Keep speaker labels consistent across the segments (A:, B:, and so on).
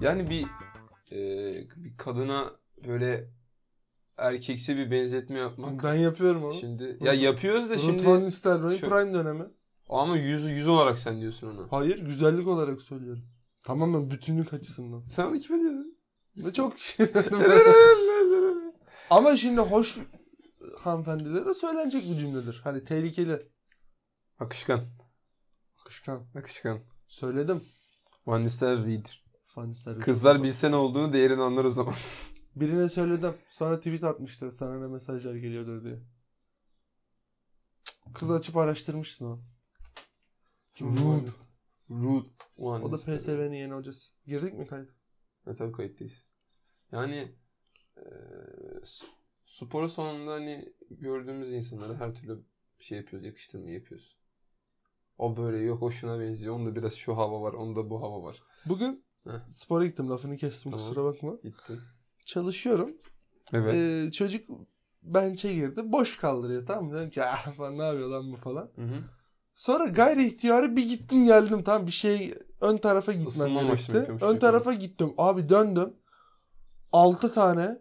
A: Yani bir, e, bir kadına böyle erkeksi bir benzetme yapmak.
B: Şimdi ben yapıyorum onu.
A: Şimdi ya yapıyoruz da
B: Ruth
A: şimdi
B: Van Nistelrooy
A: Çok-
B: prime dönemi.
A: ama yüz yüz olarak sen diyorsun onu.
B: Hayır güzellik olarak söylüyorum. Tamamen bütünlük açısından.
A: Sen onu kime diyorsun?
B: Ve çok Ama şimdi hoş hanımefendilere söylenecek bir cümledir. Hani tehlikeli.
A: Akışkan.
B: Akışkan.
A: Akışkan.
B: Söyledim.
A: Van Nistelrooy'dir.
B: Van Nistelrooy.
A: Kızlar bilse ne olduğunu değerini anlar o zaman.
B: Birine söyledim. Sonra tweet atmıştır. Sana ne mesajlar geliyordur diye. Kız açıp araştırmıştın o. Kim bu
A: Rude.
B: Van Nistelrooy?
A: Rude. Van
B: O da
A: Nistelrooy.
B: PSV'nin yeni hocası. Girdik mi kaydı?
A: E tabii kayıttayız. Yani e, s- sporu sonunda hani gördüğümüz insanlara her türlü şey yapıyoruz, yakıştırma yapıyoruz. O böyle yok o şuna benziyor. Onda biraz şu hava var, onda bu hava var.
B: Bugün
A: Heh.
B: spora gittim. Lafını kestim
A: Tamam.
B: kusura bakma.
A: Gitti.
B: Çalışıyorum.
A: Evet.
B: Ee, çocuk bench'e girdi. Boş kaldırıyor tamam mı? Dedim ki ah falan ne yapıyor lan bu falan.
A: Hı hı.
B: Sonra gayri ihtiyarı bir gittim geldim tamam bir şey ön tarafa gitmem
A: Isınma maçını
B: gerekti.
A: yapıyormuş
B: Ön
A: çocuk.
B: tarafa gittim. Abi döndüm. 6 tane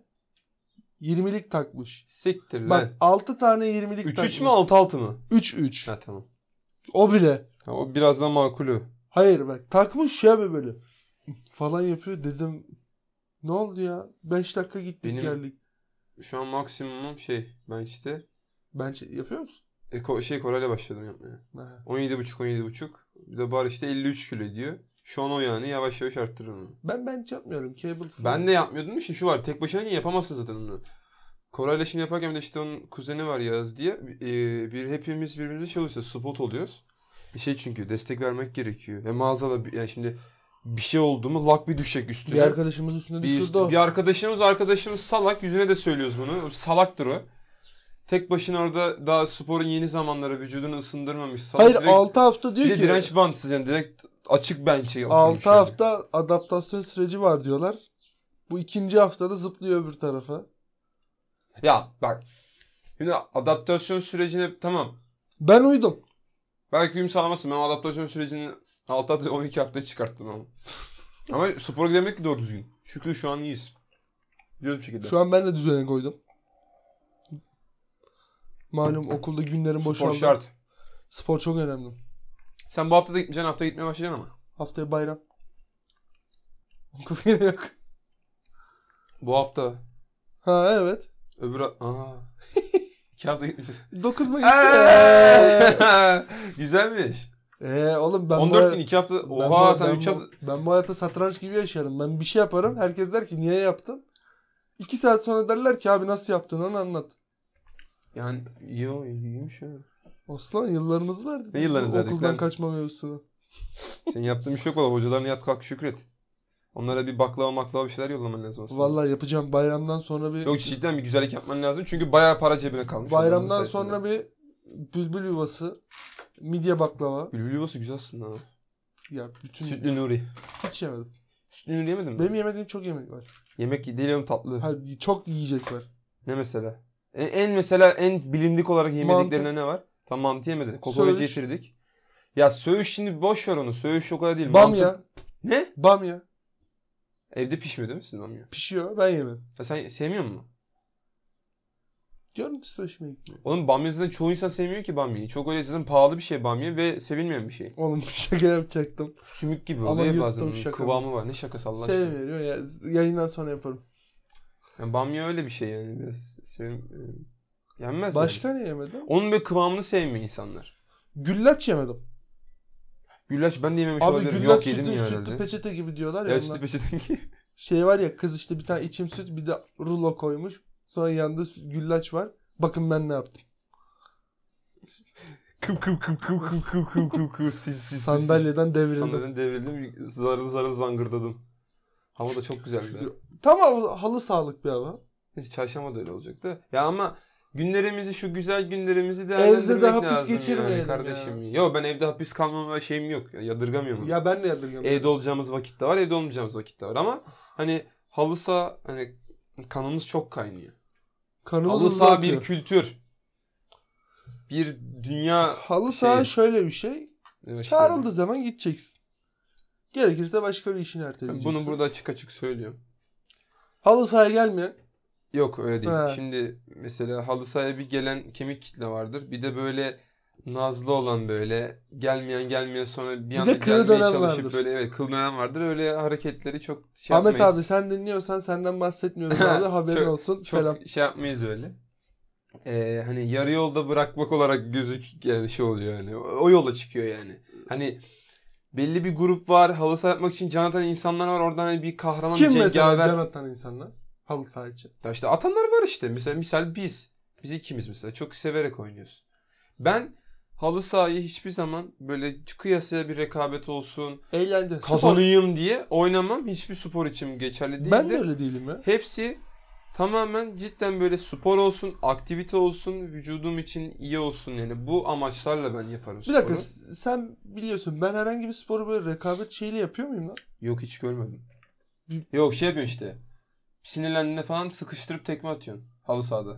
B: 20'lik takmış.
A: Siktir lan.
B: Bak 6 tane 20'lik
A: 3
B: takmış.
A: 3 mü 6 6 mı?
B: 3 3.
A: Ha tamam.
B: O bile.
A: Ha, o biraz daha makulü.
B: Hayır bak takmış ya be böyle. Falan yapıyor dedim. Ne oldu ya? 5 dakika gittik
A: Benim-
B: geldik.
A: Şu an maksimum şey ben işte
B: Ben şey- yapıyor musun?
A: e, ko- şey Koray'la başladım yapmaya.
B: Ha.
A: 17.5 17.5. Bir de bar işte 53 kilo diyor. Şu an o yani yavaş yavaş arttırıyorum onu.
B: Ben bench yapmıyorum. Cable falan.
A: Ben de yapmıyordum da şimdi şu var. Tek başına niye yapamazsın zaten onu. Koray'la şimdi yaparken bir de işte onun kuzeni var Yağız diye. Ee, bir hepimiz birbirimize şey oluyoruz. Spot oluyoruz. Bir şey çünkü destek vermek gerekiyor. Ve maazallah bir- yani şimdi bir şey oldu mu lak bir düşecek üstüne.
B: Bir arkadaşımız üstüne
A: Bir,
B: düşürdü
A: üst-
B: o.
A: bir arkadaşımız arkadaşımız salak. Yüzüne de söylüyoruz bunu. O Salaktır o. Tek başına orada daha sporun yeni zamanları vücudunu ısındırmamış. Salak
B: Hayır
A: direkt,
B: 6 hafta diyor
A: bir de
B: ki
A: direnç bantsız yani direkt açık bench'e oturmuş
B: 6
A: yani.
B: hafta adaptasyon süreci var diyorlar. Bu ikinci haftada zıplıyor öbür tarafa.
A: Ya bak. Şimdi adaptasyon sürecine tamam.
B: Ben uydum.
A: Belki uyum sağlamasın. Ben o adaptasyon sürecini 6 hafta 12 haftaya çıkarttım ama. ama spora gidemedik ki doğru düzgün. Şükür şu an iyiyiz. Gidiyoruz bir şekilde.
B: Şu an ben de düzene koydum. Malum okulda günlerim
A: Spor
B: boşaldı.
A: şart.
B: Spor çok önemli.
A: Sen bu hafta da gitmeyeceksin haftaya gitmeye başlayacaksın ama.
B: Haftaya bayram. Okul yine yok.
A: Bu hafta.
B: Ha evet.
A: Öbür ha- Aa. İki hafta gitmeyeceğiz.
B: 9 Mayıs. Eee
A: Eee! Güzelmiş.
B: Ee, oğlum ben bu
A: 14
B: ay-
A: gün 2 hafta.
B: ben
A: Oha
B: bu-
A: sen
B: ben
A: 3
B: bu-
A: hafta.
B: Ben bu hayatta satranç gibi yaşarım. Ben bir şey yaparım. Herkes der ki niye yaptın? İki saat sonra derler ki abi nasıl yaptın onu anlat.
A: Yani iyi o iyiymiş ya.
B: Aslan yıllarımız vardı.
A: Ne yıllarınız
B: Bu
A: verdik
B: Okuldan
A: lan?
B: kaçma mevzusunu.
A: Senin yaptığın bir şey yok valla. Hocalarına yat kalk şükret. Onlara bir baklava maklava bir şeyler yollaman lazım aslında.
B: Vallahi yapacağım bayramdan sonra bir
A: Yok cidden bir güzellik yapman lazım. Çünkü bayağı para cebine kalmış.
B: bayramdan sonra bir bülbül yuvası, midye baklava.
A: Bülbül yuvası güzel aslında. ha.
B: Ya bütün
A: Sütlü Nuri.
B: hiç yemedim.
A: Sütlü Nuri yemedin mi?
B: Benim yemediğim çok yemek var.
A: Yemek değil oğlum tatlı.
B: Ha, çok yiyecek var.
A: Ne mesela? En, en mesela en bilindik olarak yemediklerine
B: Mantı.
A: ne var? Tam mantı yemedin. Kokoreci
B: Söğüş.
A: getirdik. Ya söğüş şimdi boş ver onu. Söğüş o kadar değil. Mantı-
B: Bamya,
A: Ne?
B: bamya
A: Evde pişmiyor değil mi sizin bamya?
B: pişiyor ben yemedim.
A: Ya sen sevmiyor musun?
B: Görüntüsü hoşuma gitmiyor.
A: Oğlum bamya zaten çoğu insan sevmiyor ki bamyayı. Çok öyle zaten pahalı bir şey bamya ve sevilmeyen bir şey.
B: Oğlum şaka yapacaktım.
A: Sümük gibi
B: Ama
A: oluyor
B: yuttum
A: bazen. onun
B: şakamı.
A: Kıvamı var. Ne şakası Allah aşkına.
B: Sevmiyorum ya. Yayından sonra yaparım.
A: Yani bamya öyle bir şey yani. Biraz sevim, e, yenmez yani.
B: Başka ne yemedim?
A: Onun böyle kıvamını sevmiyor insanlar.
B: Güllaç yemedim.
A: Güllaç ben de yememiş
B: Abi
A: olabilirim.
B: güllaç
A: Yok yedim
B: sütlü,
A: ya
B: sütlü
A: herhalde.
B: peçete gibi diyorlar ya.
A: Ya
B: onlar.
A: sütlü peçeten ki.
B: Şey var ya kız işte bir tane içim süt bir de rulo koymuş. Sonra yanında sü- güllaç var. Bakın ben ne yaptım.
A: Kıv kıv kıv kıv kıv kıv kıv kıv kıv sil sil sil.
B: Sandalyeden devrildim.
A: Sandalyeden devrildim. Zarın zarın zangırdadım. Hava da çok güzeldi.
B: Şükür. Tamam halı sağlık bir hava.
A: Neyse çarşamba da öyle olacaktı. Ya ama günlerimizi şu güzel günlerimizi değerlendirmek
B: Evde
A: lazım.
B: de hapis
A: yani
B: geçirmeyelim
A: kardeşim. Ya. Yo ben evde hapis kalmama şeyim yok. Ya, yadırgamıyorum.
B: Ya ben de yadırgamıyorum.
A: Evde olacağımız vakit de var, evde olmayacağımız vakit de var ama hani halı saha hani kanımız çok kaynıyor.
B: Kanımız
A: Halı
B: hızlı
A: saha
B: akıyor.
A: bir kültür. Bir dünya
B: Halı
A: şey-
B: saha şöyle bir şey.
A: Evet, işte.
B: Çağrıldığı zaman gideceksin. Gerekirse başka bir işini erteleyeceksin.
A: Bunu burada açık açık söylüyorum.
B: Halı sahaya gelmeyen
A: Yok öyle değil.
B: He.
A: Şimdi mesela halı sahaya bir gelen kemik kitle vardır. Bir de böyle nazlı olan böyle gelmeyen gelmeyen sonra bir anda
B: de kılı
A: gelmeye
B: dönem
A: çalışıp
B: vardır.
A: böyle evet kıl dönem vardır. Öyle hareketleri çok şey
B: Ahmet
A: yapmayız.
B: abi sen dinliyorsan senden bahsetmiyoruz abi haberin
A: Çok-
B: olsun.
A: çok
B: Selam.
A: şey yapmayız öyle. Ee, hani yarı yolda bırakmak olarak gözük yani şey oluyor yani. O, o yola çıkıyor yani. Hani belli bir grup var. Halı saha yapmak için can atan insanlar var. Oradan hani bir kahraman
B: Kim
A: bir
B: mesela
A: cengaver.
B: can atan insanlar? Halı saha için.
A: Ya işte atanlar var işte. Mesela misal biz. Biz ikimiz mesela çok severek oynuyoruz. Ben halı sahayı hiçbir zaman böyle kıyasaya bir rekabet olsun,
B: Eğlence. Spor.
A: kazanayım diye oynamam. Hiçbir spor için geçerli değil.
B: Ben de öyle değilim ya.
A: Hepsi tamamen cidden böyle spor olsun, aktivite olsun, vücudum için iyi olsun yani bu amaçlarla ben yaparım
B: Bir dakika
A: sporu.
B: s- sen biliyorsun ben herhangi bir sporu böyle rekabet şeyiyle yapıyor muyum lan?
A: Yok hiç görmedim.
B: Bir-
A: Yok şey yapıyorsun işte. Sinirlendiğinde falan sıkıştırıp tekme atıyorsun halı sahada.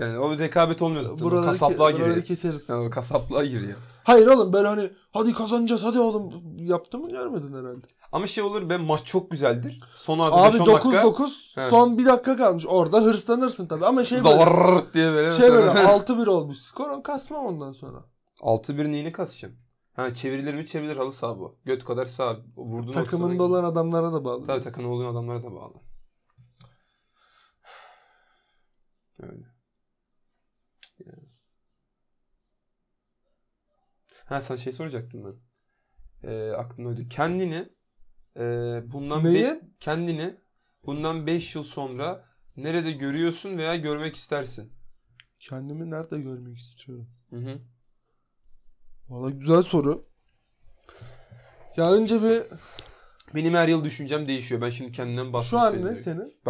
A: yani o rekabet olmuyor zaten. O
B: Buraları,
A: kasaplığa
B: ke-
A: giriyor.
B: buraları keseriz.
A: Yani o kasaplığa giriyor.
B: Hayır oğlum böyle hani hadi kazanacağız hadi oğlum yaptı mı görmedin herhalde.
A: Ama şey olur be maç çok güzeldir. Son
B: Abi
A: artı 5-10 dakika.
B: 9-9
A: Evet.
B: son 1 dakika kalmış orada hırslanırsın tabii ama şey böyle,
A: zavarrrt diye böyle.
B: şey böyle
A: mesela-
B: 6-1 olmuş skor onu kasmam ondan sonra.
A: 6-1 neyini kasacağım? Ha çevirilir mi çevrilir halı saha bu. Göt kadar sağ. Vurdun ortasına-
B: Takımında olan adamlara da bağlı.
A: Tabii takımda olduğun adamlara da bağlı. Öyle. Yani. Ha sen şey soracaktın ben. Ee, aklımda öyle. Kendini e, bundan
B: Neyi?
A: be- kendini bundan 5 yıl sonra nerede görüyorsun veya görmek istersin?
B: Kendimi nerede görmek istiyorum?
A: Hı hı.
B: Valla güzel soru. Ya önce bir
A: Benim her yıl düşüncem değişiyor. Ben şimdi kendimden
B: şu
A: bahsedeyim.
B: an ne senin?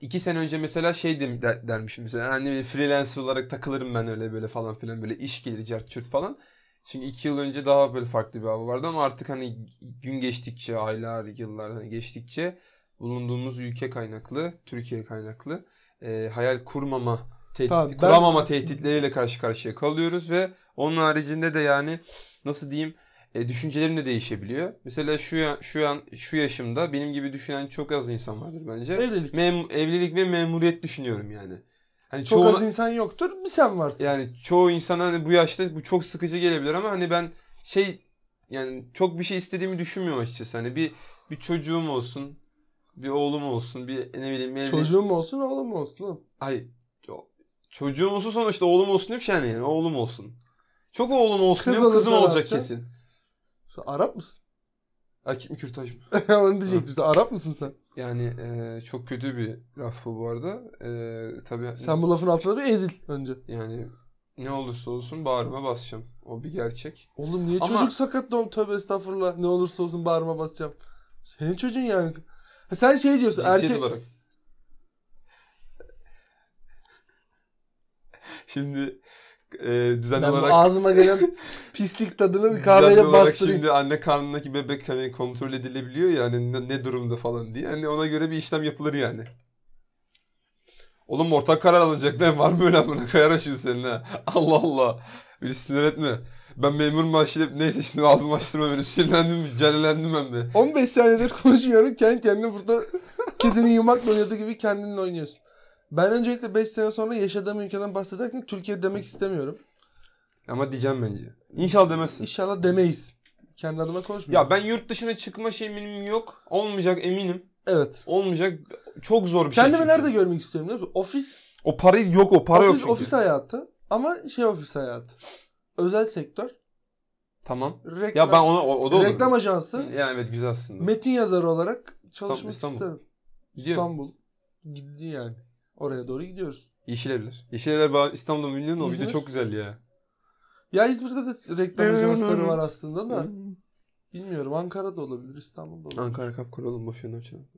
A: İki sene önce mesela şey dem- der- dermişim mesela hani böyle freelancer olarak takılırım ben öyle böyle falan filan böyle iş gelir cart çürt falan. Çünkü iki yıl önce daha böyle farklı bir hava vardı ama artık hani gün geçtikçe aylar yıllar hani geçtikçe bulunduğumuz ülke kaynaklı Türkiye kaynaklı e, hayal kurmama tehdit,
B: Tabii ben-
A: kuramama tehditleriyle karşı karşıya kalıyoruz ve onun haricinde de yani nasıl diyeyim e, düşüncelerim de değişebiliyor. Mesela şu ya- şu an şu yaşımda benim gibi düşünen çok az insan vardır bence.
B: Evlilik.
A: Mem- evlilik ve memuriyet düşünüyorum yani. Hani
B: Çok
A: çoğu
B: az insan yoktur bir sen varsın.
A: yani çoğu insana hani bu yaşta bu çok sıkıcı gelebilir ama hani ben şey yani çok bir şey istediğimi düşünmüyorum açıkçası. Hani bir bir çocuğum olsun, bir oğlum olsun, bir ne bileyim evli-
B: Çocuğum olsun oğlum olsun. oğlum.
A: Hayır. ço- Çocuğum olsun sonuçta oğlum olsun diye bir şey yani, yani oğlum olsun. Çok oğlum olsun
B: Kız
A: diyorum, kızım
B: olursa ne
A: olacak
B: yapacaksın?
A: kesin.
B: Sen Arap mısın?
A: Akip mi kürtaj mı?
B: Onu diyecektim işte Arap mısın sen?
A: Yani eee, çok kötü bir laf bu bu arada. Eee tabii
B: Sen bu lafın altına bir ezil önce.
A: yani ne olursa olsun bağrıma basacağım. O bir gerçek.
B: Oğlum niye
A: Ama-
B: çocuk sakat doğum tövbe estağfurullah ne olursa olsun bağrıma basacağım. Senin çocuğun yani. Ha, Sen şey diyorsun
A: Cinsiyet
B: erkek
A: olarak. Şimdi eee düzenli
B: Ben bu
A: olarak
B: ağzıma gelen pislik tadını bir
A: düzenli
B: kahveyle
A: olarak
B: bastırayım.
A: şimdi anne karnındaki bebek hani kontrol edilebiliyor ya hani ne, ne durumda falan diye. Hani ona göre bir işlem yapılır yani. Oğlum ortak karar alınacak lan var mı öyle amına kayar şimdi senin ha. Allah Allah. Bir sinir etme. Ben memur maaşıyla neyse şimdi ağzımı açtırma beni. Sinirlendim, celallendim ben be.
B: 15 senedir konuşmuyorum. Kendi kendine burada kedinin yumakla oynadığı gibi kendinle oynuyorsun. Ben öncelikle 5 sene sonra yaşadığım ülkeden bahsederken Türkiye demek istemiyorum.
A: Ama diyeceğim bence. İnşallah demezsin.
B: İnşallah demeyiz. Kendi adıma konuşmuyorum.
A: Ya ben yurt dışına çıkma şeyim yok. Olmayacak eminim.
B: Evet.
A: Olmayacak. Çok zor bir şey.
B: Kendimi
A: çünkü.
B: nerede görmek istiyorum biliyor musun? Ofis,
A: O para yok o para yok
B: ofis,
A: çünkü.
B: ofis hayatı ama şey ofis hayatı. Özel sektör.
A: Tamam.
B: Reklam,
A: Ya ben ona o, o da olur.
B: reklam ajansı.
A: Yani evet güzel aslında.
B: Metin yazarı olarak çalışmak
A: İstanbul.
B: isterim.
A: Gidiyor mu?
B: İstanbul. Gitti yani. Oraya doğru gidiyoruz.
A: Yeşil evler. Yeşil evler ba- İstanbul'da mı bilmiyorum da o video
B: İzmir.
A: çok güzel ya.
B: Ya İzmir'de de reklam ajansları var aslında da. Bilmiyorum Ankara'da olabilir, İstanbul'da olabilir.
A: Ankara kap kuralım boşuna açalım.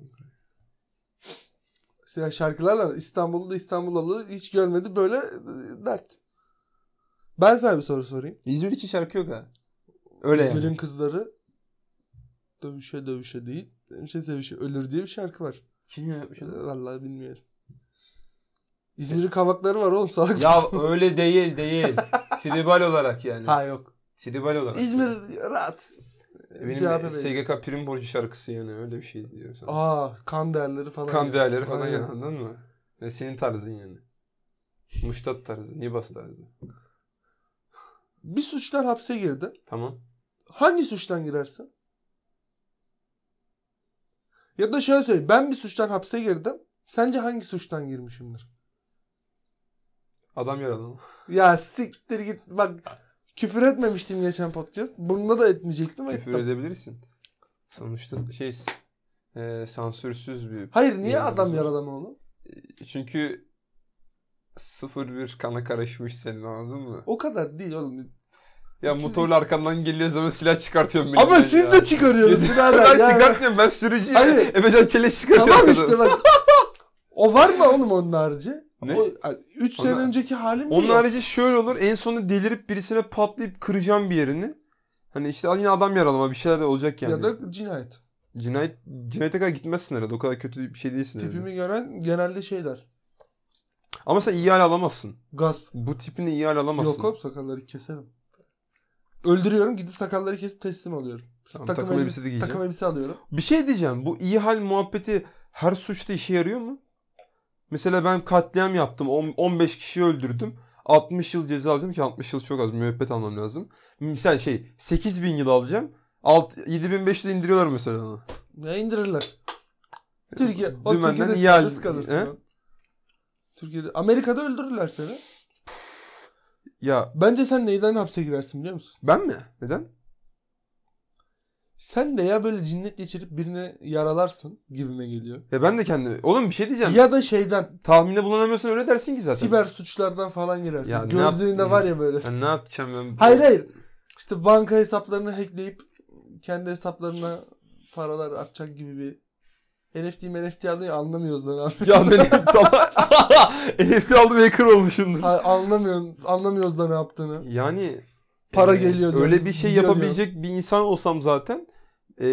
B: Mesela şarkılarla İstanbul'da İstanbul'da hiç görmedi böyle e, dert. Ben sana bir soru sorayım.
A: İzmir için şarkı yok ha. Öyle
B: İzmir'in
A: yani.
B: kızları dövüşe dövüşe değil, sevişe sevişe ölür diye bir şarkı var.
A: Kim yapmış
B: Ee,
A: onu?
B: Vallahi bilmiyorum. İzmir'in kavakları var oğlum salak.
A: E- Ya
B: mısın?
A: öyle değil değil. Tribal olarak yani.
B: ha yok.
A: Tribal olarak.
B: İzmir rahat.
A: Benim
B: CHP
A: de
B: belediyiz.
A: SGK prim borcu şarkısı yani öyle bir şey diyor sana.
B: Aa kan değerleri falan.
A: Kan
B: ya.
A: değerleri falan
B: Aynen.
A: yani anladın mı? Ve senin tarzın yani. Muştat tarzı, Nibas tarzı.
B: Bir suçtan hapse girdi.
A: Tamam.
B: Hangi suçtan girersin? Ya da şöyle söyleyeyim. Ben bir suçtan hapse girdim. Sence hangi suçtan girmişimdir?
A: Adam yaralı.
B: Ya siktir git. Bak küfür etmemiştim geçen podcast. Bunda da etmeyecektim.
A: Küfür
B: ettim.
A: edebilirsin. Sonuçta şey e, sansürsüz bir...
B: Hayır niye
A: Yani
B: adam
A: bizim-
B: yaralama onu?
A: Çünkü sıfır bir kana karışmış senin anladın mı?
B: O kadar değil oğlum.
A: Ya
B: İkiz-
A: motorla arkamdan geliyor zaman silah çıkartıyorum.
B: Ama
A: elimden
B: siz
A: ya.
B: de çıkarıyorsunuz
A: Biz-
B: birader.
A: ben
B: yani.
A: çıkartmıyorum ben sürücüyüm.
B: Hayır.
A: Efecan keleş çıkartıyor.
B: Tamam
A: arkadan.
B: işte bak. O var mı oğlum onun harici?
A: Ne?
B: O, üç
A: Onun-
B: sene önceki halim
A: Onun
B: yok.
A: harici şöyle olur. En sonunda delirip birisine patlayıp kıracağım bir yerini. Hani işte yine adam yaralama bir şeyler de olacak yani.
B: Ya da cinayet.
A: Cinayet, cinayete kadar gitmezsin herhalde. O kadar kötü bir şey değilsin herhalde.
B: Tipimi gören genelde şeyler.
A: Ama sen iyi hal alamazsın.
B: Gasp.
A: Bu tipini iyi hal alamazsın.
B: Yok hop sakalları keserim. Öldürüyorum gidip sakalları kesip teslim alıyorum.
A: Tamam, takım, elbise de giyeceğim.
B: takım elbise alıyorum.
A: Bir şey diyeceğim. Bu iyi hal muhabbeti her suçta işe yarıyor mu? Mesela ben katliam yaptım. on- 15 kişi öldürdüm. 60 yıl ceza alacağım ki 60 yıl çok az. Müebbet almam lazım. Misal şey 8000 yıl alacağım. Alt- 7500 indiriyorlar mesela onu.
B: Ya indirirler. Türkiye, o
A: Ee, Dümenden
B: Türkiye'de
A: iyi hal-
B: serbest kalırsın.
A: He?
B: lan. Türkiye'de, Amerika'da öldürürler seni.
A: Ya
B: Bence sen neyden hapse girersin biliyor musun?
A: ben mi? Neden?
B: Sen veya böyle cinnet geçirip birine yaralarsın gibime geliyor.
A: Ya ben de kendi. Oğlum bir şey diyeceğim.
B: Ya da şeyden
A: Tahminde bulunamıyorsan öyle dersin ki zaten.
B: siber suçlardan falan girersin.
A: Ya ne
B: Gözlüğünde
A: yap- Hani
B: var ya böyle.
A: Ya ne yapacağım ben?
B: Hayır hayır. İşte banka hesaplarını hackleyip kendi hesaplarına paralar atacak gibi bir NFT NFT alıyor ya, anlamıyoruz lan abi.
A: Ya ben sana NFT aldım hacker olmuşumdur.
B: Ha, anlamıyorsun, anlamıyoruz da ne yaptığını.
A: Yani
B: Para
A: e,
B: geliyor diyorum,
A: Öyle bir şey
B: gidiyor
A: yapabilecek bir insan olsam zaten e,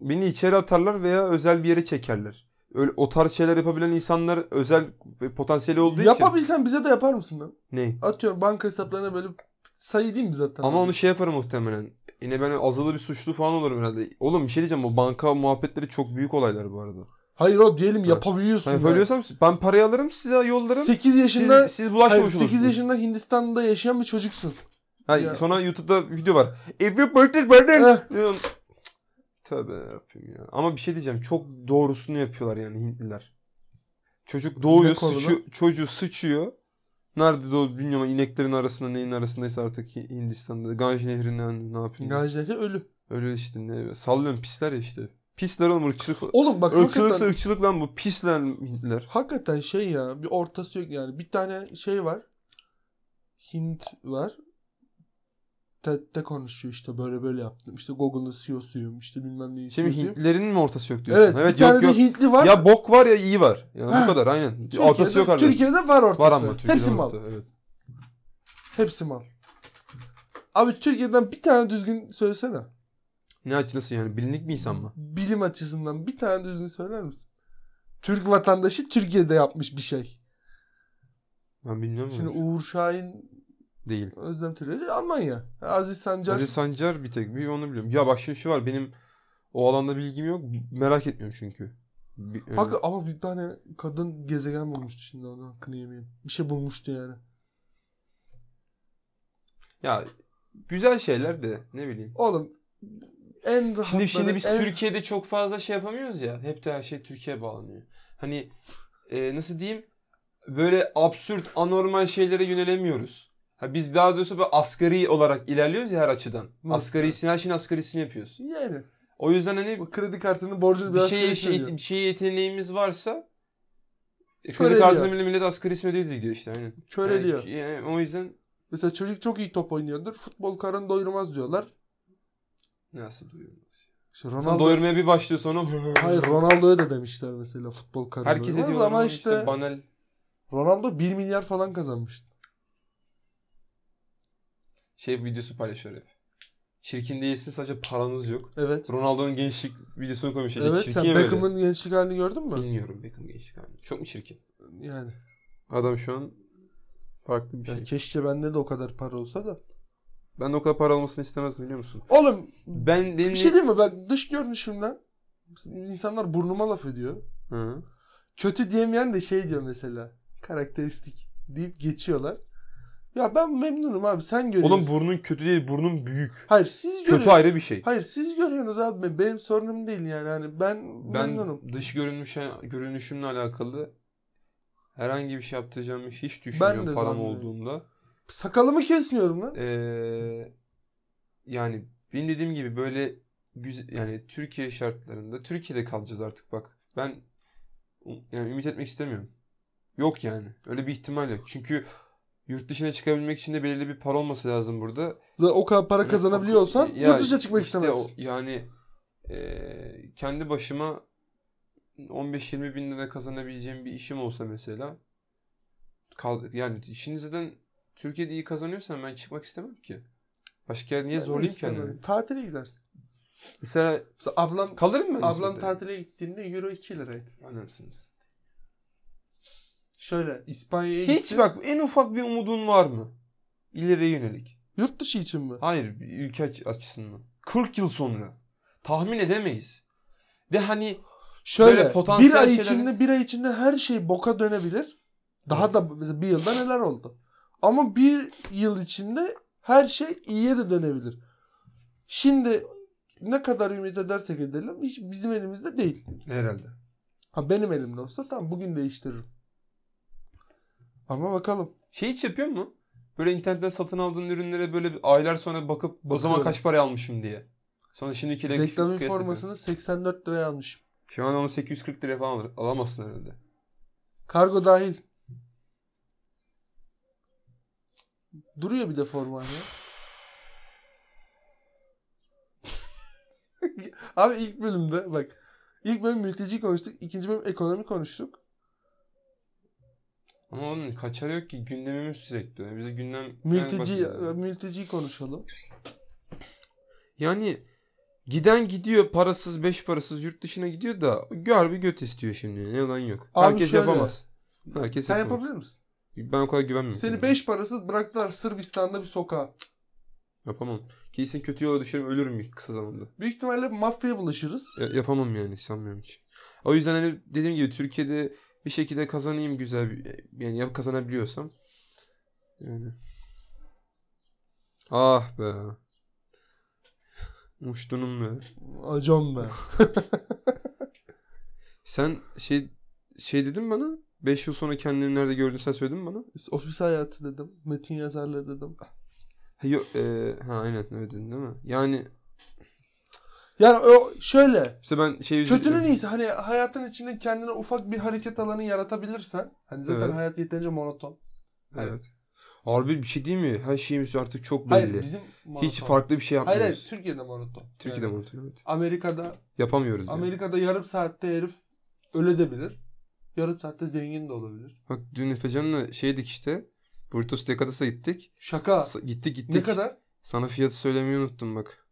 A: beni içeri atarlar veya özel bir yere çekerler. Öyle o tarz şeyler yapabilen insanlar özel ve potansiyeli olduğu için.
B: Yapabilsen bize de yapar mısın lan?
A: Ne?
B: Atıyorum banka hesaplarına böyle sayı değil mi zaten?
A: Ama onu şey yaparım muhtemelen. Yine ben azılı bir suçlu falan olurum herhalde. Oğlum bir şey diyeceğim o banka muhabbetleri çok büyük olaylar bu arada.
B: Hayır o diyelim yapabiliyorsun.
A: Hani
B: ya.
A: yapabiliyorsam ben parayı alırım size yollarım.
B: 8
A: Siz,
B: yaşında
A: siz
B: hayır,
A: bulaşmamış
B: 8
A: olursunuz.
B: yaşında Hindistan'da yaşayan bir çocuksun.
A: Ha,
B: Ya.
A: Sonra YouTube'da video var. If you birthday burden.
B: Eh.
A: Diyorum, "Cık, Tövbe yarabbim ya. Ama bir şey diyeceğim. Çok doğrusunu yapıyorlar yani Hintliler. Çocuk doğuyor,
B: Ne konuda?
A: sıçıyor, çocuğu sıçıyor. Nerede doğdu bilmiyorum. ama ineklerin arasında neyin arasındaysa artık Hi- Hindistan'da. Ganj nehrinden ne yapayım.
B: Gajnaki ölü.
A: Öyle işte ne sallıyorum pisler ya işte. Pisler oğlum ırkçılık.
B: Oğlum bak
A: Irkçılıksa
B: hakikaten,
A: ırkçılık lan bu. Pisler Hintliler.
B: hakikaten şey ya bir ortası yok yani. Bir tane şey var. Hint var. TED'de konuşuyor işte böyle böyle yaptım. İşte Google'ın CEO'suyum işte bilmem neyin
A: Şimdi
B: CEO'suyum.
A: Hintlerin Şey mi ortası yok diyorsun?
B: Evet, bir tane de Hintli var.
A: Ya bok var ya iyi var. Yani
B: Ha.
A: bu kadar aynen.
B: Türkiye'de,
A: ortası yok harbiden.
B: Türkiye'de var ortası.
A: Var ama Türkiye'de
B: Hepsi
A: var
B: mal.
A: ortası, Evet.
B: Hepsi mal. Abi Türkiye'den bir tane düzgün söylesene.
A: Ne aç nasıl yani bilindik bir insan mı?
B: Bilim açısından bir tane düzgün söyler misin? Türk vatandaşı Türkiye'de yapmış bir şey.
A: Ben bilmiyorum
B: Şimdi
A: Şimdi
B: Uğur Şahin,
A: Değil.
B: Özlem Türeli Almanya. Aziz Sancar.
A: Hacı Sancar bir tek bir onu biliyorum. Ya bak şimdi şu var benim o alanda bilgim yok. Merak etmiyorum çünkü. e, Bir- yani
B: Hakik- ama bir tane kadın gezegen bulmuştu şimdi onun hakkını yemeyelim. Bir şey bulmuştu yani.
A: Ya güzel şeyler de ne bileyim.
B: Oğlum en rahat
A: Şimdi şimdi biz
B: en...
A: Türkiye'de çok fazla şey yapamıyoruz ya. Hep de her şey Türkiye'ye bağlanıyor. Hani e, nasıl diyeyim? Böyle absürt, anormal şeylere yönelemiyoruz. Ha biz daha doğrusu böyle asgari olarak ilerliyoruz ya her açıdan.
B: Nasıl?
A: Asgarisini, her şeyin asgarisini yapıyoruz.
B: Yani
A: O yüzden hani
B: bu kredi kartının borcunu
A: bir
B: biraz
A: şeye,
B: şey,
A: şey, bir şeye yeteneğimiz varsa e,
B: Köreliyor.
A: kredi kartına millet, millet asgari ismi değil diyor işte aynen.
B: köreliyor.
A: Yani, yani o yüzden
B: Mesela çocuk çok iyi top oynuyordur. Futbol karın doyurmaz diyorlar.
A: nasıl doyurmaz?
B: İşte
A: Sen
B: Ronaldo
A: doyurmaya bir başlıyor sonra
B: Hayır Ronaldo'ya da demişler mesela futbol karın
A: herkese
B: doyurmaz
A: diyorlar
B: ama
A: ama
B: işte,
A: işte banal.
B: Ronaldo 1 milyar falan kazanmıştı.
A: şey videosu paylaşıyor hep. Çirkin değilsin sadece paranız yok.
B: Evet.
A: Ronaldo'nun gençlik videosunu koymuş. işte
B: evet
A: çirkin
B: sen
A: ya böyle.
B: Beckham'ın gençlik halini gördün mü?
A: Bilmiyorum Beckham gençlik halini. Çok mu çirkin?
B: Yani.
A: Adam şu an farklı bir
B: Ya
A: şey.
B: keşke bende de o kadar para olsa da.
A: Ben de o kadar para olmasını istemezdim biliyor musun?
B: Oğlum
A: Ben benim...
B: bir şey değil mi? Bak dış görünüşümden insanlar burnuma laf ediyor.
A: Hı.
B: Kötü diyemeyen de şey diyor mesela. Karakteristik deyip geçiyorlar. Ya ben memnunum abi sen görüyorsun.
A: Oğlum burnun kötü değil burnun büyük.
B: Hayır siz
A: Kötü
B: görüyorsunuz.
A: ayrı bir şey.
B: Hayır siz görüyorsunuz abi benim sorunum değil yani. Hani ben,
A: Ben
B: memnunum.
A: dış görünüşe, görünüşümle alakalı herhangi bir şey yaptıracağım hiç, hiç
B: Ben
A: düşünmüyorum
B: de
A: param
B: zannediyorum.
A: olduğunda.
B: Sakalımı kesmiyorum lan.
A: Ee, yani benim dediğim gibi böyle güzel, yani Türkiye şartlarında Türkiye'de kalacağız artık bak. Ben um- yani ümit etmek istemiyorum. Yok yani. Öyle bir ihtimal yok. Çünkü yurt dışına çıkabilmek için de belirli bir para olması lazım burada.
B: Zaten O kadar para
A: Ve-
B: kazanabiliyorsan
A: Ya
B: yurt dışına çıkmak
A: işte
B: istemezsin.
A: o- yani eee, kendi başıma 15-20 bin lira kazanabileceğim bir işim olsa mesela kal, yani işini zaten Türkiye'de iyi kazanıyorsan ben çıkmak istemem ki. Başka yer niye
B: Ben
A: zorlayayım
B: istemem.
A: kendimi?
B: Tatile gidersin.
A: Mesela
B: Mesela ablan,
A: kalırım ben
B: ablan
A: İzmir'de.
B: tatile gittiğinde euro 2 liraydı.
A: Anlarsınız.
B: Şöyle İspanya'ya
A: Hiç
B: gitti.
A: bak en ufak bir umudun var mı? İleriye yönelik.
B: Yurt dışı için mi?
A: Hayır bir ülke aç- açısından. 40 yıl sonra. Tahmin edemeyiz. De hani
B: Şöyle
A: Böyle potansiyel
B: bir ay
A: şeyler-
B: içinde bir ay içinde her şey boka dönebilir. Daha da mesela bir yılda neler oldu. Ama bir yıl içinde her şey iyiye de dönebilir. Şimdi ne kadar ümit edersek edelim hiç bizim elimizde değil.
A: herhalde.
B: Ha benim elimde olsa tamam bugün değiştiririm. Ama bakalım.
A: Şey hiç yapıyor mu? Böyle internetten satın aldığın ürünlere böyle bir aylar sonra bakıp o zaman
B: Bakıyorum.
A: kaç paraya almışım diye. Sonra şimdikiyle
B: Reklam
A: kıyas ediyorum.
B: formasını 84 liraya almışım.
A: Şu an onu 840 liraya falan al- alamazsın herhalde.
B: Kargo dahil. Duruyor bir de forman ya. Abi ilk bölümde bak. ilk bölüm mülteci konuştuk. ikinci bölüm ekonomi konuştuk.
A: Ama onun kaçarı yok ki gündemimiz sürekli. Yani bize gündem...
B: Mülteci
A: Yani,
B: mülteci konuşalım.
A: yani giden gidiyor parasız beş parasız yurt dışına gidiyor da gör bir göt istiyor şimdi. Ne yalan yok.
B: Abi
A: Herkes
B: şöyle.
A: yapamaz. Herkes
B: Sen
A: yapamaz.
B: yapabilir misin?
A: Ben o kadar güvenmiyorum.
B: Seni
A: kendime.
B: beş parasız bıraktılar Sırbistan'da bir sokağa.
A: Yapamam. Kesin kötü yola düşerim ölürüm kısa zamanda.
B: Büyük ihtimalle mafyaya bulaşırız.
A: Ya- yapamam yani sanmıyorum hiç. O yüzden hani dediğim gibi Türkiye'de bir şekilde kazanayım güzel bir, yani yap kazanabiliyorsam. Yani. Ah be. Muştunum be.
B: Acam ben.
A: Sen şey şey dedin bana 5 yıl sonra kendini nerede gördün sen söyledin mi bana?
B: Ofis hayatı dedim. Metin yazarlığı dedim.
A: Ha, yok, e, ha aynen öyle dedin değil mi? Yani
B: Yani o şöyle.
A: işte ben şey
B: Kötünün iyisi hani hayatın içinde kendine ufak bir hareket alanı yaratabilirsen hani zaten
A: Evet.
B: hayat yeterince monoton.
A: Evet. Harbi bir şey değil mi? Her şeyimiz artık çok belli.
B: Hayır bizim monoton.
A: Hiç farklı bir şey
B: Hayır
A: yapmıyoruz.
B: hayır Türkiye'de monoton.
A: Türkiye'de
B: Yani
A: monoton evet.
B: Amerika'da
A: Yapamıyoruz yani.
B: Amerika'da yarım saatte herif ölebilir. Yarım saatte zengin de olabilir.
A: Bak dün Efecan'la şeydik işte. Burritos Decadas'a gittik.
B: Şaka.
A: Sa- gittik gittik.
B: Ne kadar?
A: Sana fiyatı söylemeyi unuttum bak.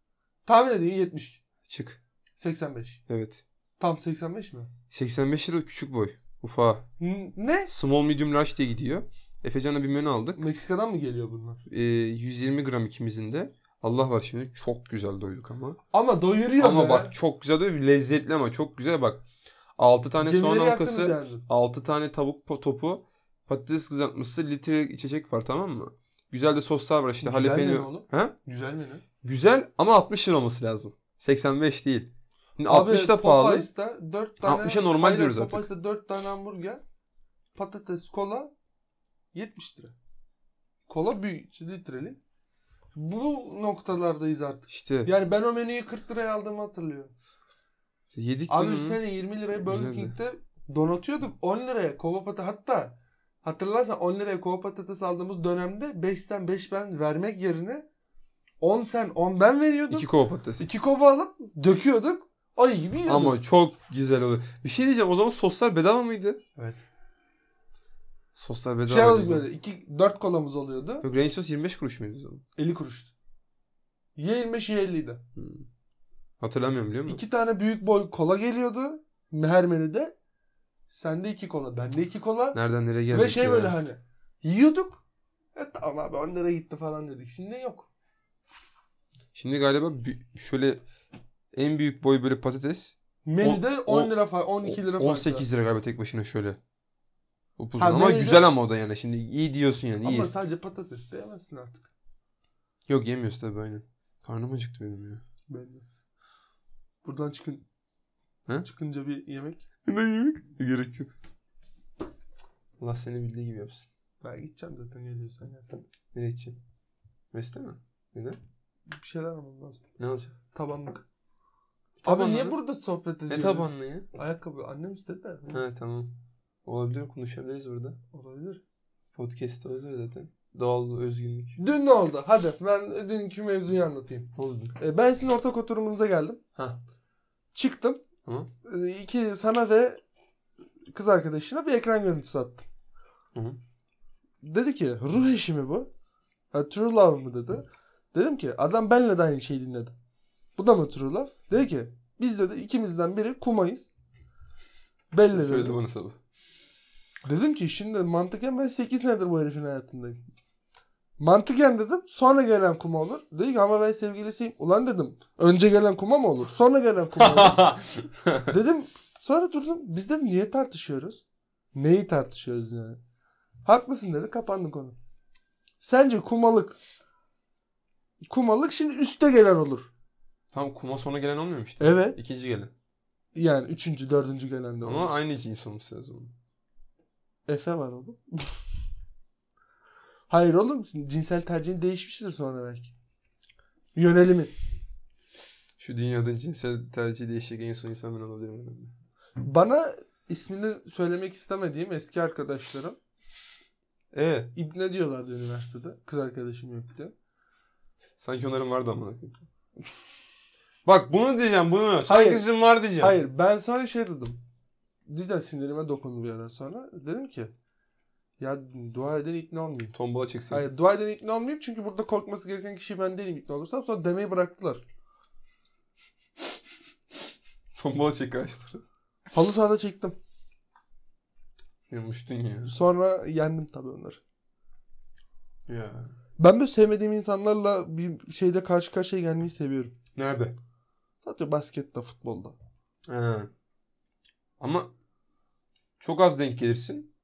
B: Tahmin edeyim 70.
A: Çık.
B: 85.
A: Evet.
B: Tam 85 mi?
A: 85 lira küçük boy. Ufa.
B: N- Ne?
A: Small medium large diye gidiyor. Efecan'la bir menü aldık.
B: Meksika'dan mı geliyor bunlar?
A: Ee, 120 gram ikimizin de. Allah var şimdi çok güzel doyduk ama.
B: Ama doyuruyor
A: ama
B: be.
A: bak çok güzel doyuyor. Lezzetli ama çok güzel bak. 6 tane
B: Gemileri
A: soğan
B: yaktınız
A: halkası.
B: yani.
A: 6 tane tavuk po- topu, patates kızartması, litrelik içecek var tamam mı? Güzel de soslar var işte
B: Güzel
A: jalapeno.
B: mi oğlum?
A: Ha?
B: Güzel mi ne?
A: Güzel ama 60 lira olması lazım. 85 değil. Şimdi 60 da pahalı.
B: Popeyes'te 4 tane
A: 60'a normal
B: Aynen,
A: diyoruz artık.
B: Popeyes'te 4 tane hamburger, patates, kola 70 lira. Kola büyük litreli. Bu noktalardayız artık.
A: İşte
B: Yani ben o menüyü 40 liraya aldığımı hatırlıyorum.
A: yedik
B: Abi
A: değil
B: bir
A: mi?
B: sene 20 liraya Burger
A: Güzeldi.
B: King'de donatıyorduk 10 liraya kova patates hatta hatırlarsan 10 liraya kova patates aldığımız dönemde 5 sen 5 ben vermek yerine 10 sen 10 ben veriyorduk.
A: İki kova patates.
B: 2 kova alıp döküyorduk. Ay gibi yiyorduk.
A: Ama çok güzel oluyor. Bir şey diyeceğim o zaman soslar bedava mıydı?
B: Evet.
A: Soslar bedava.
B: Şey aldık
A: mıydı?
B: böyle. Iki, dört kolamız oluyordu.
A: Yok ranch sos 25 kuruş muydu o zaman?
B: 50 kuruştu. Ya 25 ya 50 idi.
A: Hmm. Hatırlamıyorum biliyor musun?
B: İki tane büyük boy kola geliyordu. Her menüde. Sende iki kola. Bende iki kola.
A: Nereden nereye geldik
B: Ve şey
A: ya?
B: böyle hani. Yiyorduk. E tamam abi 10 lira gitti falan dedik. Şimdi yok.
A: Şimdi galiba bi- şöyle en büyük boy böyle patates
B: Menüde
A: O-
B: 10 lira fa- 12 lira fark.
A: 18 lira galiba tek başına şöyle. Upuzun.
B: Ha,
A: ama
B: menüde-
A: güzel ama o da yani. Şimdi iyi diyorsun yani iyi.
B: Ama sadece patates de yemezsin artık.
A: Yok yemiyoruz tabii aynen. Karnım acıktı benim ya.
B: Belli. Buradan çıkın.
A: He?
B: Çıkınca bir yemek.
A: Ne yemek? Gerek yok. Allah seni bildiği gibi yapsın.
B: Ben gideceğim zaten geliyorsan ya sen.
A: Nereye gideceğim? Veste mi? Neden?
B: Bir şeyler almam lazım.
A: Ne alacağım?
B: Tabanlık.
A: Tabanlı
B: Abi niye
A: mı?
B: burada sohbet ediyorsun?
A: Ne tabanlı ya?
B: Ayakkabı. Annem istedi de.
A: Ha tamam. Olabilir konuşabiliriz burada.
B: Olabilir.
A: Podcast olabilir zaten. Doğal özgünlük.
B: Dün ne oldu? Hadi ben dünkü mevzuyu anlatayım.
A: Oldu.
B: E, Ben sizin ortak oturumunuza geldim.
A: Ha.
B: Çıktım.
A: Hı.
B: E, iki sana ve kız arkadaşına bir ekran görüntüsü attım.
A: Hı.
B: Dedi ki ruh eşi mi bu? Ha, true love mı dedi. Dedim ki adam benle de aynı şeyi dinledi. Bu da mı true love? Dedi ki biz dedi ikimizden biri kumayız. Belli dedi.
A: Söyledi bana sabah.
B: Dedim ki şimdi mantıken ben 8 senedir bu herifin hayatındayım. Mantıken dedim sonra gelen kuma olur. Dedi ki ama ben sevgilisiyim. Ulan dedim önce gelen kuma mı olur? Sonra gelen kuma olur. dedim sonra durdum. Biz dedim niye tartışıyoruz? Neyi tartışıyoruz yani? Haklısın dedi kapandı konu. Sence kumalık kumalık şimdi üste gelen olur.
A: Tam kuma sonra gelen olmuyor mu işte?
B: Evet.
A: İkinci gelen.
B: Yani üçüncü, dördüncü gelen de olur.
A: Ama aynı ikinci olması lazım.
B: Efe var oğlum. Hayır oğlum cinsel tercihin değişmiştir sonra belki. Yönelimin.
A: Şu dünyada cinsel tercihi değişecek en son insan ben olabilirim herhalde.
B: Bana ismini söylemek istemediğim eski arkadaşlarım
A: Ee,
B: İbne diyorlardı üniversitede. Kız arkadaşım yoktu.
A: sanki onların vardı ama. Bak bunu diyeceğim bunu. Sanki
B: Hayır.
A: sizin var diyeceğim.
B: Hayır ben sonra şey dedim. Cidden sinirime dokundu bir ara sonra. Dedim ki ya dua eden ikna olmayayım.
A: Tombala çeksin.
B: Hayır dua eden ikna olmayayım çünkü burada korkması gereken kişi ben değilim ikna olursam. Sonra demeyi bıraktılar.
A: Tombala çek karşıda.
B: Halı sahada çektim.
A: Yumuştun ya.
B: Sonra yendim tabii onları.
A: Ya.
B: Ben böyle sevmediğim insanlarla bir şeyde karşı karşıya gelmeyi seviyorum.
A: Nerede?
B: Sadece baskette, futbolda.
A: Ha. Ama çok az denk gelirsin.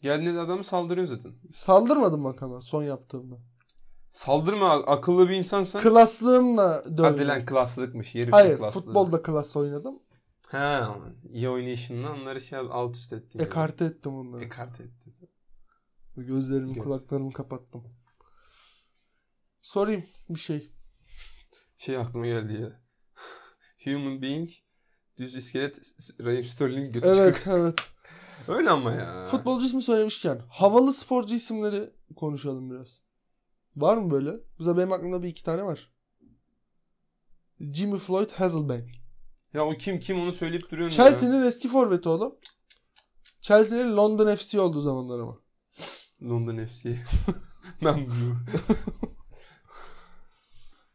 A: Geldiğinde de adamı saldırıyor zaten.
B: Saldırmadım bak ama son yaptığımda.
A: Saldırma akıllı bir insansan.
B: Klaslığımla
A: Hadi
B: dövdüm.
A: lan klaslıkmış. Herifin
B: Hayır,
A: klaslığı.
B: futbolda klas oynadım.
A: Ha, iyi oynayışınla onları şey yap- alt üst ettin. yani.
B: Ekarte ettim onları.
A: Ekarte ettin.
B: Gözlerimi,
A: Gör.
B: kulaklarımı kapattım. Sorayım bir şey.
A: Şey aklıma geldi ya. Human being düz iskelet s- s- Raheem Sterling götü
B: Evet,
A: çıkık.
B: evet.
A: Öyle ama ya.
B: Futbolcu ismi söylemişken havalı sporcu isimleri konuşalım biraz. Var mı böyle? Bize benim aklımda bir iki tane var. Jimmy Floyd Hasselbank.
A: Ya o kim kim onu söyleyip duruyorsun ya.
B: Chelsea'nin eski forveti oğlum. Chelsea'nin London FC olduğu zamanlar ama.
A: London FC. ben bu.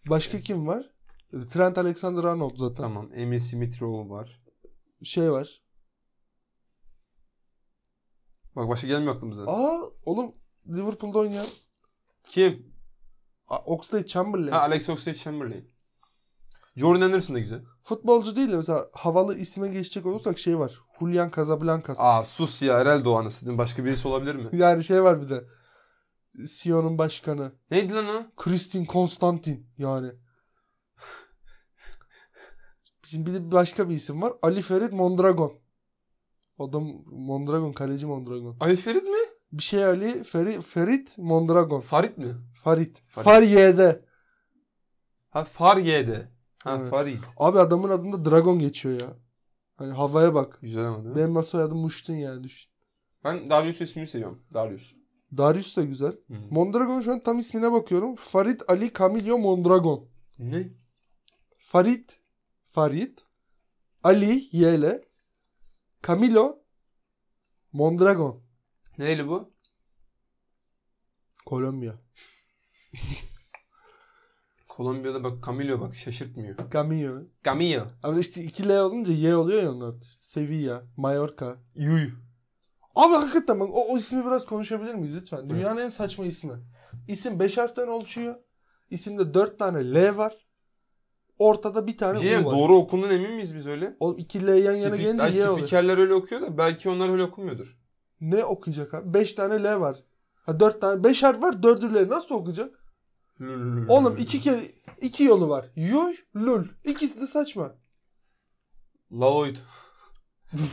B: Başka kim var? Trent Alexander-Arnold zaten.
A: tamam. Emil Smith Rowe var.
B: Şey var.
A: Bak başka gelmiyor aklımıza.
B: Aa oğlum Liverpool'da oynayan
A: Kim?
B: A- Oxlade Chamberlain.
A: Ha Alex Oxlade-Chamberlain. Jordan Anderson da güzel.
B: Futbolcu değil de mesela havalı isme geçecek olursak şey var. Julian Casablancas.
A: Aa sus ya Erel Doğan'ı sizin başka birisi olabilir mi?
B: Yani şey var bir de. Sion'un başkanı.
A: Neydi lan o?
B: Kristin Konstantin yani. Şimdi bir de başka bir isim var. Ali Ferit Mondragon. Adam Mondragon, kaleci Mondragon.
A: Ali Ferit mi?
B: Bir şey Ali Feri, Ferit Mondragon.
A: Farit mi?
B: Farit.
A: Farid.
B: Fariye'de.
A: Ha Fariye'de. Ha
B: Evet.
A: Farid.
B: Abi adamın adında Dragon geçiyor ya. Hani havaya bak.
A: Güzel ama değil mi?
B: Benim nasıl soyadım Muştun yani düşün.
A: Ben Darius ismini seviyorum. Darius. Hmm.
B: Darius da güzel.
A: Hı.
B: Mondragon şu an tam ismine bakıyorum. Farit Ali Camillo Mondragon.
A: Ne?
B: Farit. Farit. Ali Yele. Camilo. Mondragon.
A: Neyli bu?
B: Kolombiya.
A: Kolombiya'da bak Camilo bak şaşırtmıyor.
B: Camillo.
A: Camilo.
B: Ama işte 2 L olunca Y oluyor ya onlar. İşte Sevilla. Mallorca.
A: Yuy.
B: Abi hakikaten bak o, o ismi biraz konuşabilir miyiz lütfen? Dünyanın en saçma ismi. İsim 5 harften oluşuyor. İsimde 4 tane L var. ortada bir tane
A: Cem
B: U var.
A: doğru okundan emin miyiz biz öyle?
B: O iki L yan yana
A: Spik-
B: gelince
A: Ay,
B: Y oluyor.
A: spikerler öyle okuyor da belki onlar öyle okumuyordur.
B: Ne okuyacak abi? Beş tane L var. Ha dört tane. Beş harf var. Dördü L. Nasıl okuyacak? Oğlum iki kere iki yolu var. Yuy, lul. İkisi de saçma.
A: Lloyd.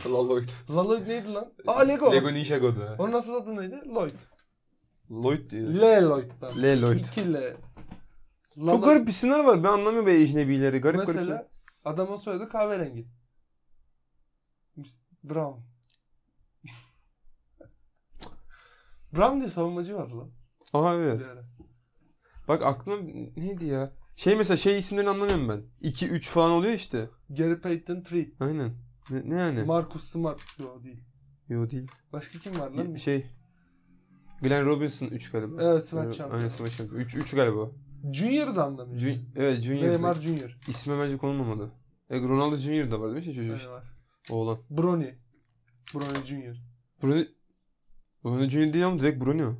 A: Lloyd.
B: Laloid neydi lan? Aa Lego.
A: Lego Ninjago'da.
B: Onun nasıl adı neydi? Lloyd.
A: Lloyd diye.
B: L Lloyd'dan.
A: L. Lloyd.
B: İki L. Lalo-
A: Çok garip isimler var. Ben anlamıyorum be ecnebileri. Garip garip. şey.
B: Mesela
A: isimler.
B: adamın soyadı kahverengi. Mis- Brown. Brown diye savunmacı vardı lan.
A: Aha evet.
B: Bir ara.
A: Bak aklıma neydi ya? Şey mesela şey isimlerini anlamıyorum ben. 2 3 falan oluyor işte.
B: Gary Payton 3.
A: Aynen. Ne, ne yani?
B: Marcus Smart. Yo değil.
A: Yo değil.
B: Başka kim var lan?
A: Şey. Glenn Robinson 3 galiba.
B: Evet Smart
A: Evet,
B: Champion.
A: Aynen Smash Champion. 3 3 galiba.
B: Junior da anlamıyor.
A: Jun- evet Junior.
B: Neymar Junior.
A: İsme bence konulmamalı. E, Ronaldo Junior da var değil mi? Şey, çocuğu
B: Öyle
A: işte.
B: var.
A: Oğlan.
B: Brony. Brony Junior.
A: Bruno... Bruno Junior değil ama direkt Bruno.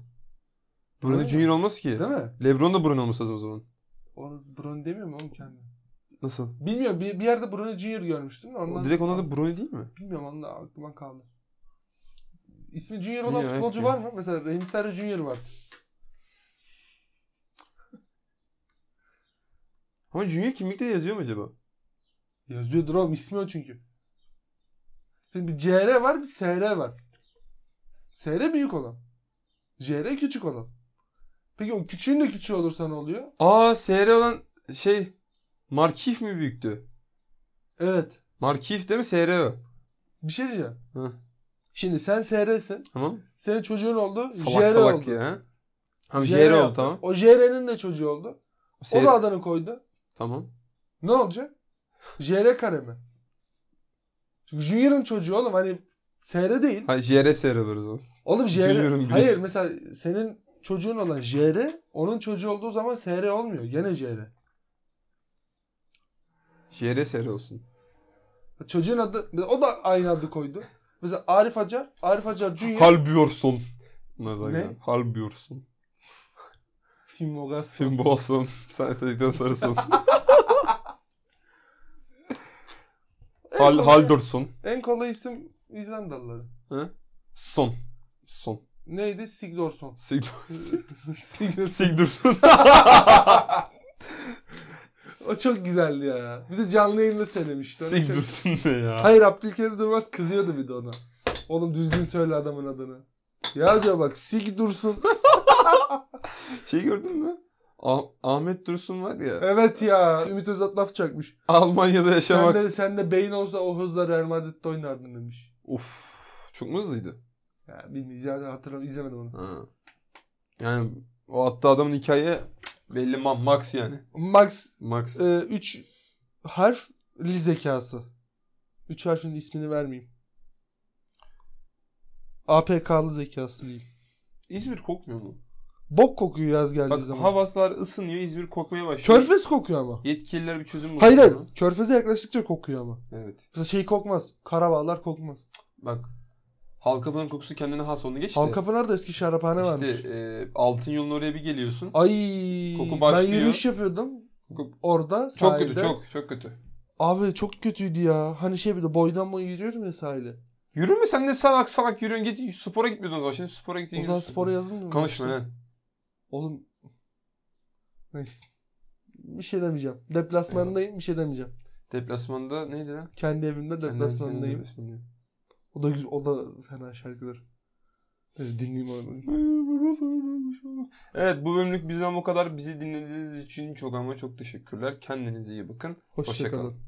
A: Bruno
B: Brony
A: Junior olmaz ki.
B: Değil mi?
A: Lebron da Bruno olması lazım o zaman.
B: Onu Brony demiyor mu oğlum kendi?
A: Nasıl?
B: Bilmiyorum bir, bir yerde Brony Junior görmüştüm. de Ondan
A: Direkt ona da Bruno değil mi?
B: Bilmiyorum onun da aklıma kaldı. İsmi Junior olan
A: Junior,
B: futbolcu
A: evet.
B: var mı? Mesela Remsler'de Junior vardı.
A: Ama Junior kimlikte de yazıyor mu acaba?
B: Yazıyordur oğlum ismi o çünkü. Şimdi bir CR var bir SR var. SR büyük olan. CR küçük olan. Peki o küçüğün de küçüğü olursa ne oluyor?
A: Aa SR olan şey Markif mi büyüktü?
B: Evet.
A: Markif değil mi? SR o.
B: Bir şey diyeceğim.
A: Hı.
B: Şimdi sen SR'sin.
A: Tamam.
B: Senin çocuğun oldu.
A: Salak
B: JR
A: salak
B: oldu.
A: ya. Ha
B: JR
A: JR oldu
B: yaptı.
A: tamam.
B: O JR'nin de çocuğu oldu.
A: SR
B: O da adını koydu.
A: Tamam.
B: Ne olacak? JR kare mi? Çünkü Junior'ın çocuğu oğlum hani SR değil.
A: Ha JR SR olur o zaman.
B: Oğlum
A: Junior'ın
B: JR.
A: biri.
B: Hayır mesela senin çocuğun olan JR onun çocuğu olduğu zaman SR olmuyor. Gene JR.
A: JR SR olsun.
B: Çocuğun adı o da aynı adı koydu. Mesela Arif Acar. Arif Acar Junior.
A: Halbjörnsson. Ne?
B: Ne?
A: ne? Halbjörnsson.
B: Film Ogas.
A: Tim Boğaz'ın. Sen Tedik'ten sarısın. Hal, Haldursson.
B: En kolay isim İzlandalıları.
A: Son. Son.
B: Neydi? Sigdorsson.
A: Sigdur-
B: Sigurd-
A: Sigdursson.
B: o çok güzeldi ya. Bir de canlı yayında söylemişti. Onu çok-
A: Sigdursson ne ya?
B: Hayır Abdülkerim Durmaz kızıyordu bir de ona. Oğlum düzgün söyle adamın adını. Ya diyor bak sik dursun.
A: Şey gördün mü? Ah- Ahmet Dursun var ya.
B: Evet ya. Ümit Özat laf çakmış.
A: Almanya'da yaşamak.
B: Sen de, sen de beyin olsa o hızla Real Madrid'de oynardın demiş.
A: Of. Çok mu hızlıydı?
B: Ya bilmiyorum zaten hatırlamıyorum izlemedim onu.
A: Ha. Yani o hatta adamın hikaye belli ma- Max yani.
B: Max
A: Max.
B: 3 harf li zekası. 3 harfin ismini vermeyeyim. APK'lı zekası değil.
A: İzmir kokmuyor mu?
B: Bok kokuyor yaz geldiği
A: Bak
B: zaman.
A: havaslar ısınıyor İzmir kokmaya başlıyor.
B: Körfez kokuyor ama.
A: Yetkililer bir çözüm bulsun.
B: Hayır hayır. Körfeze yaklaştıkça kokuyor ama.
A: Evet.
B: Mesela şey kokmaz. Karabağlar kokmaz.
A: Bak. Halkabanın kokusu kendine has onu geç de.
B: Halkapınar'da eski şaraphane varmış.
A: İşte e, altın yolun oraya bir geliyorsun.
B: Ay
A: Koku
B: ben
A: başlıyor.
B: yürüyüş yapıyordum.
A: Koku-
B: Orada
A: Çok
B: sahilde.
A: kötü çok çok kötü.
B: Abi çok kötüydü ya. Hani şey bir de boydan boya yürüyorum ya sahile.
A: Yürü mü sen ne salak salak yürüyorsun git spora gitmiyordun o zaman şimdi spora gittin
B: O zaman
A: yürüyorsun.
B: spora yazılmıyor mu?
A: Konuşma lan.
B: Oğlum. Neyse. Bir şey demeyeceğim. Deplasmandayım bir şey demeyeceğim.
A: Deplasmanda neydi lan?
B: Kendi evimde deplasmandayım.
A: Deplasmandayım.
B: O da güzel, o da fena şarkılar. Neyse dinleyeyim onu.
A: Evet bu bölümlük bizden bu kadar. Bizi dinlediğiniz için çok ama çok teşekkürler. Kendinize iyi bakın. Hoşça
B: Hoşçakalın.
A: kalın.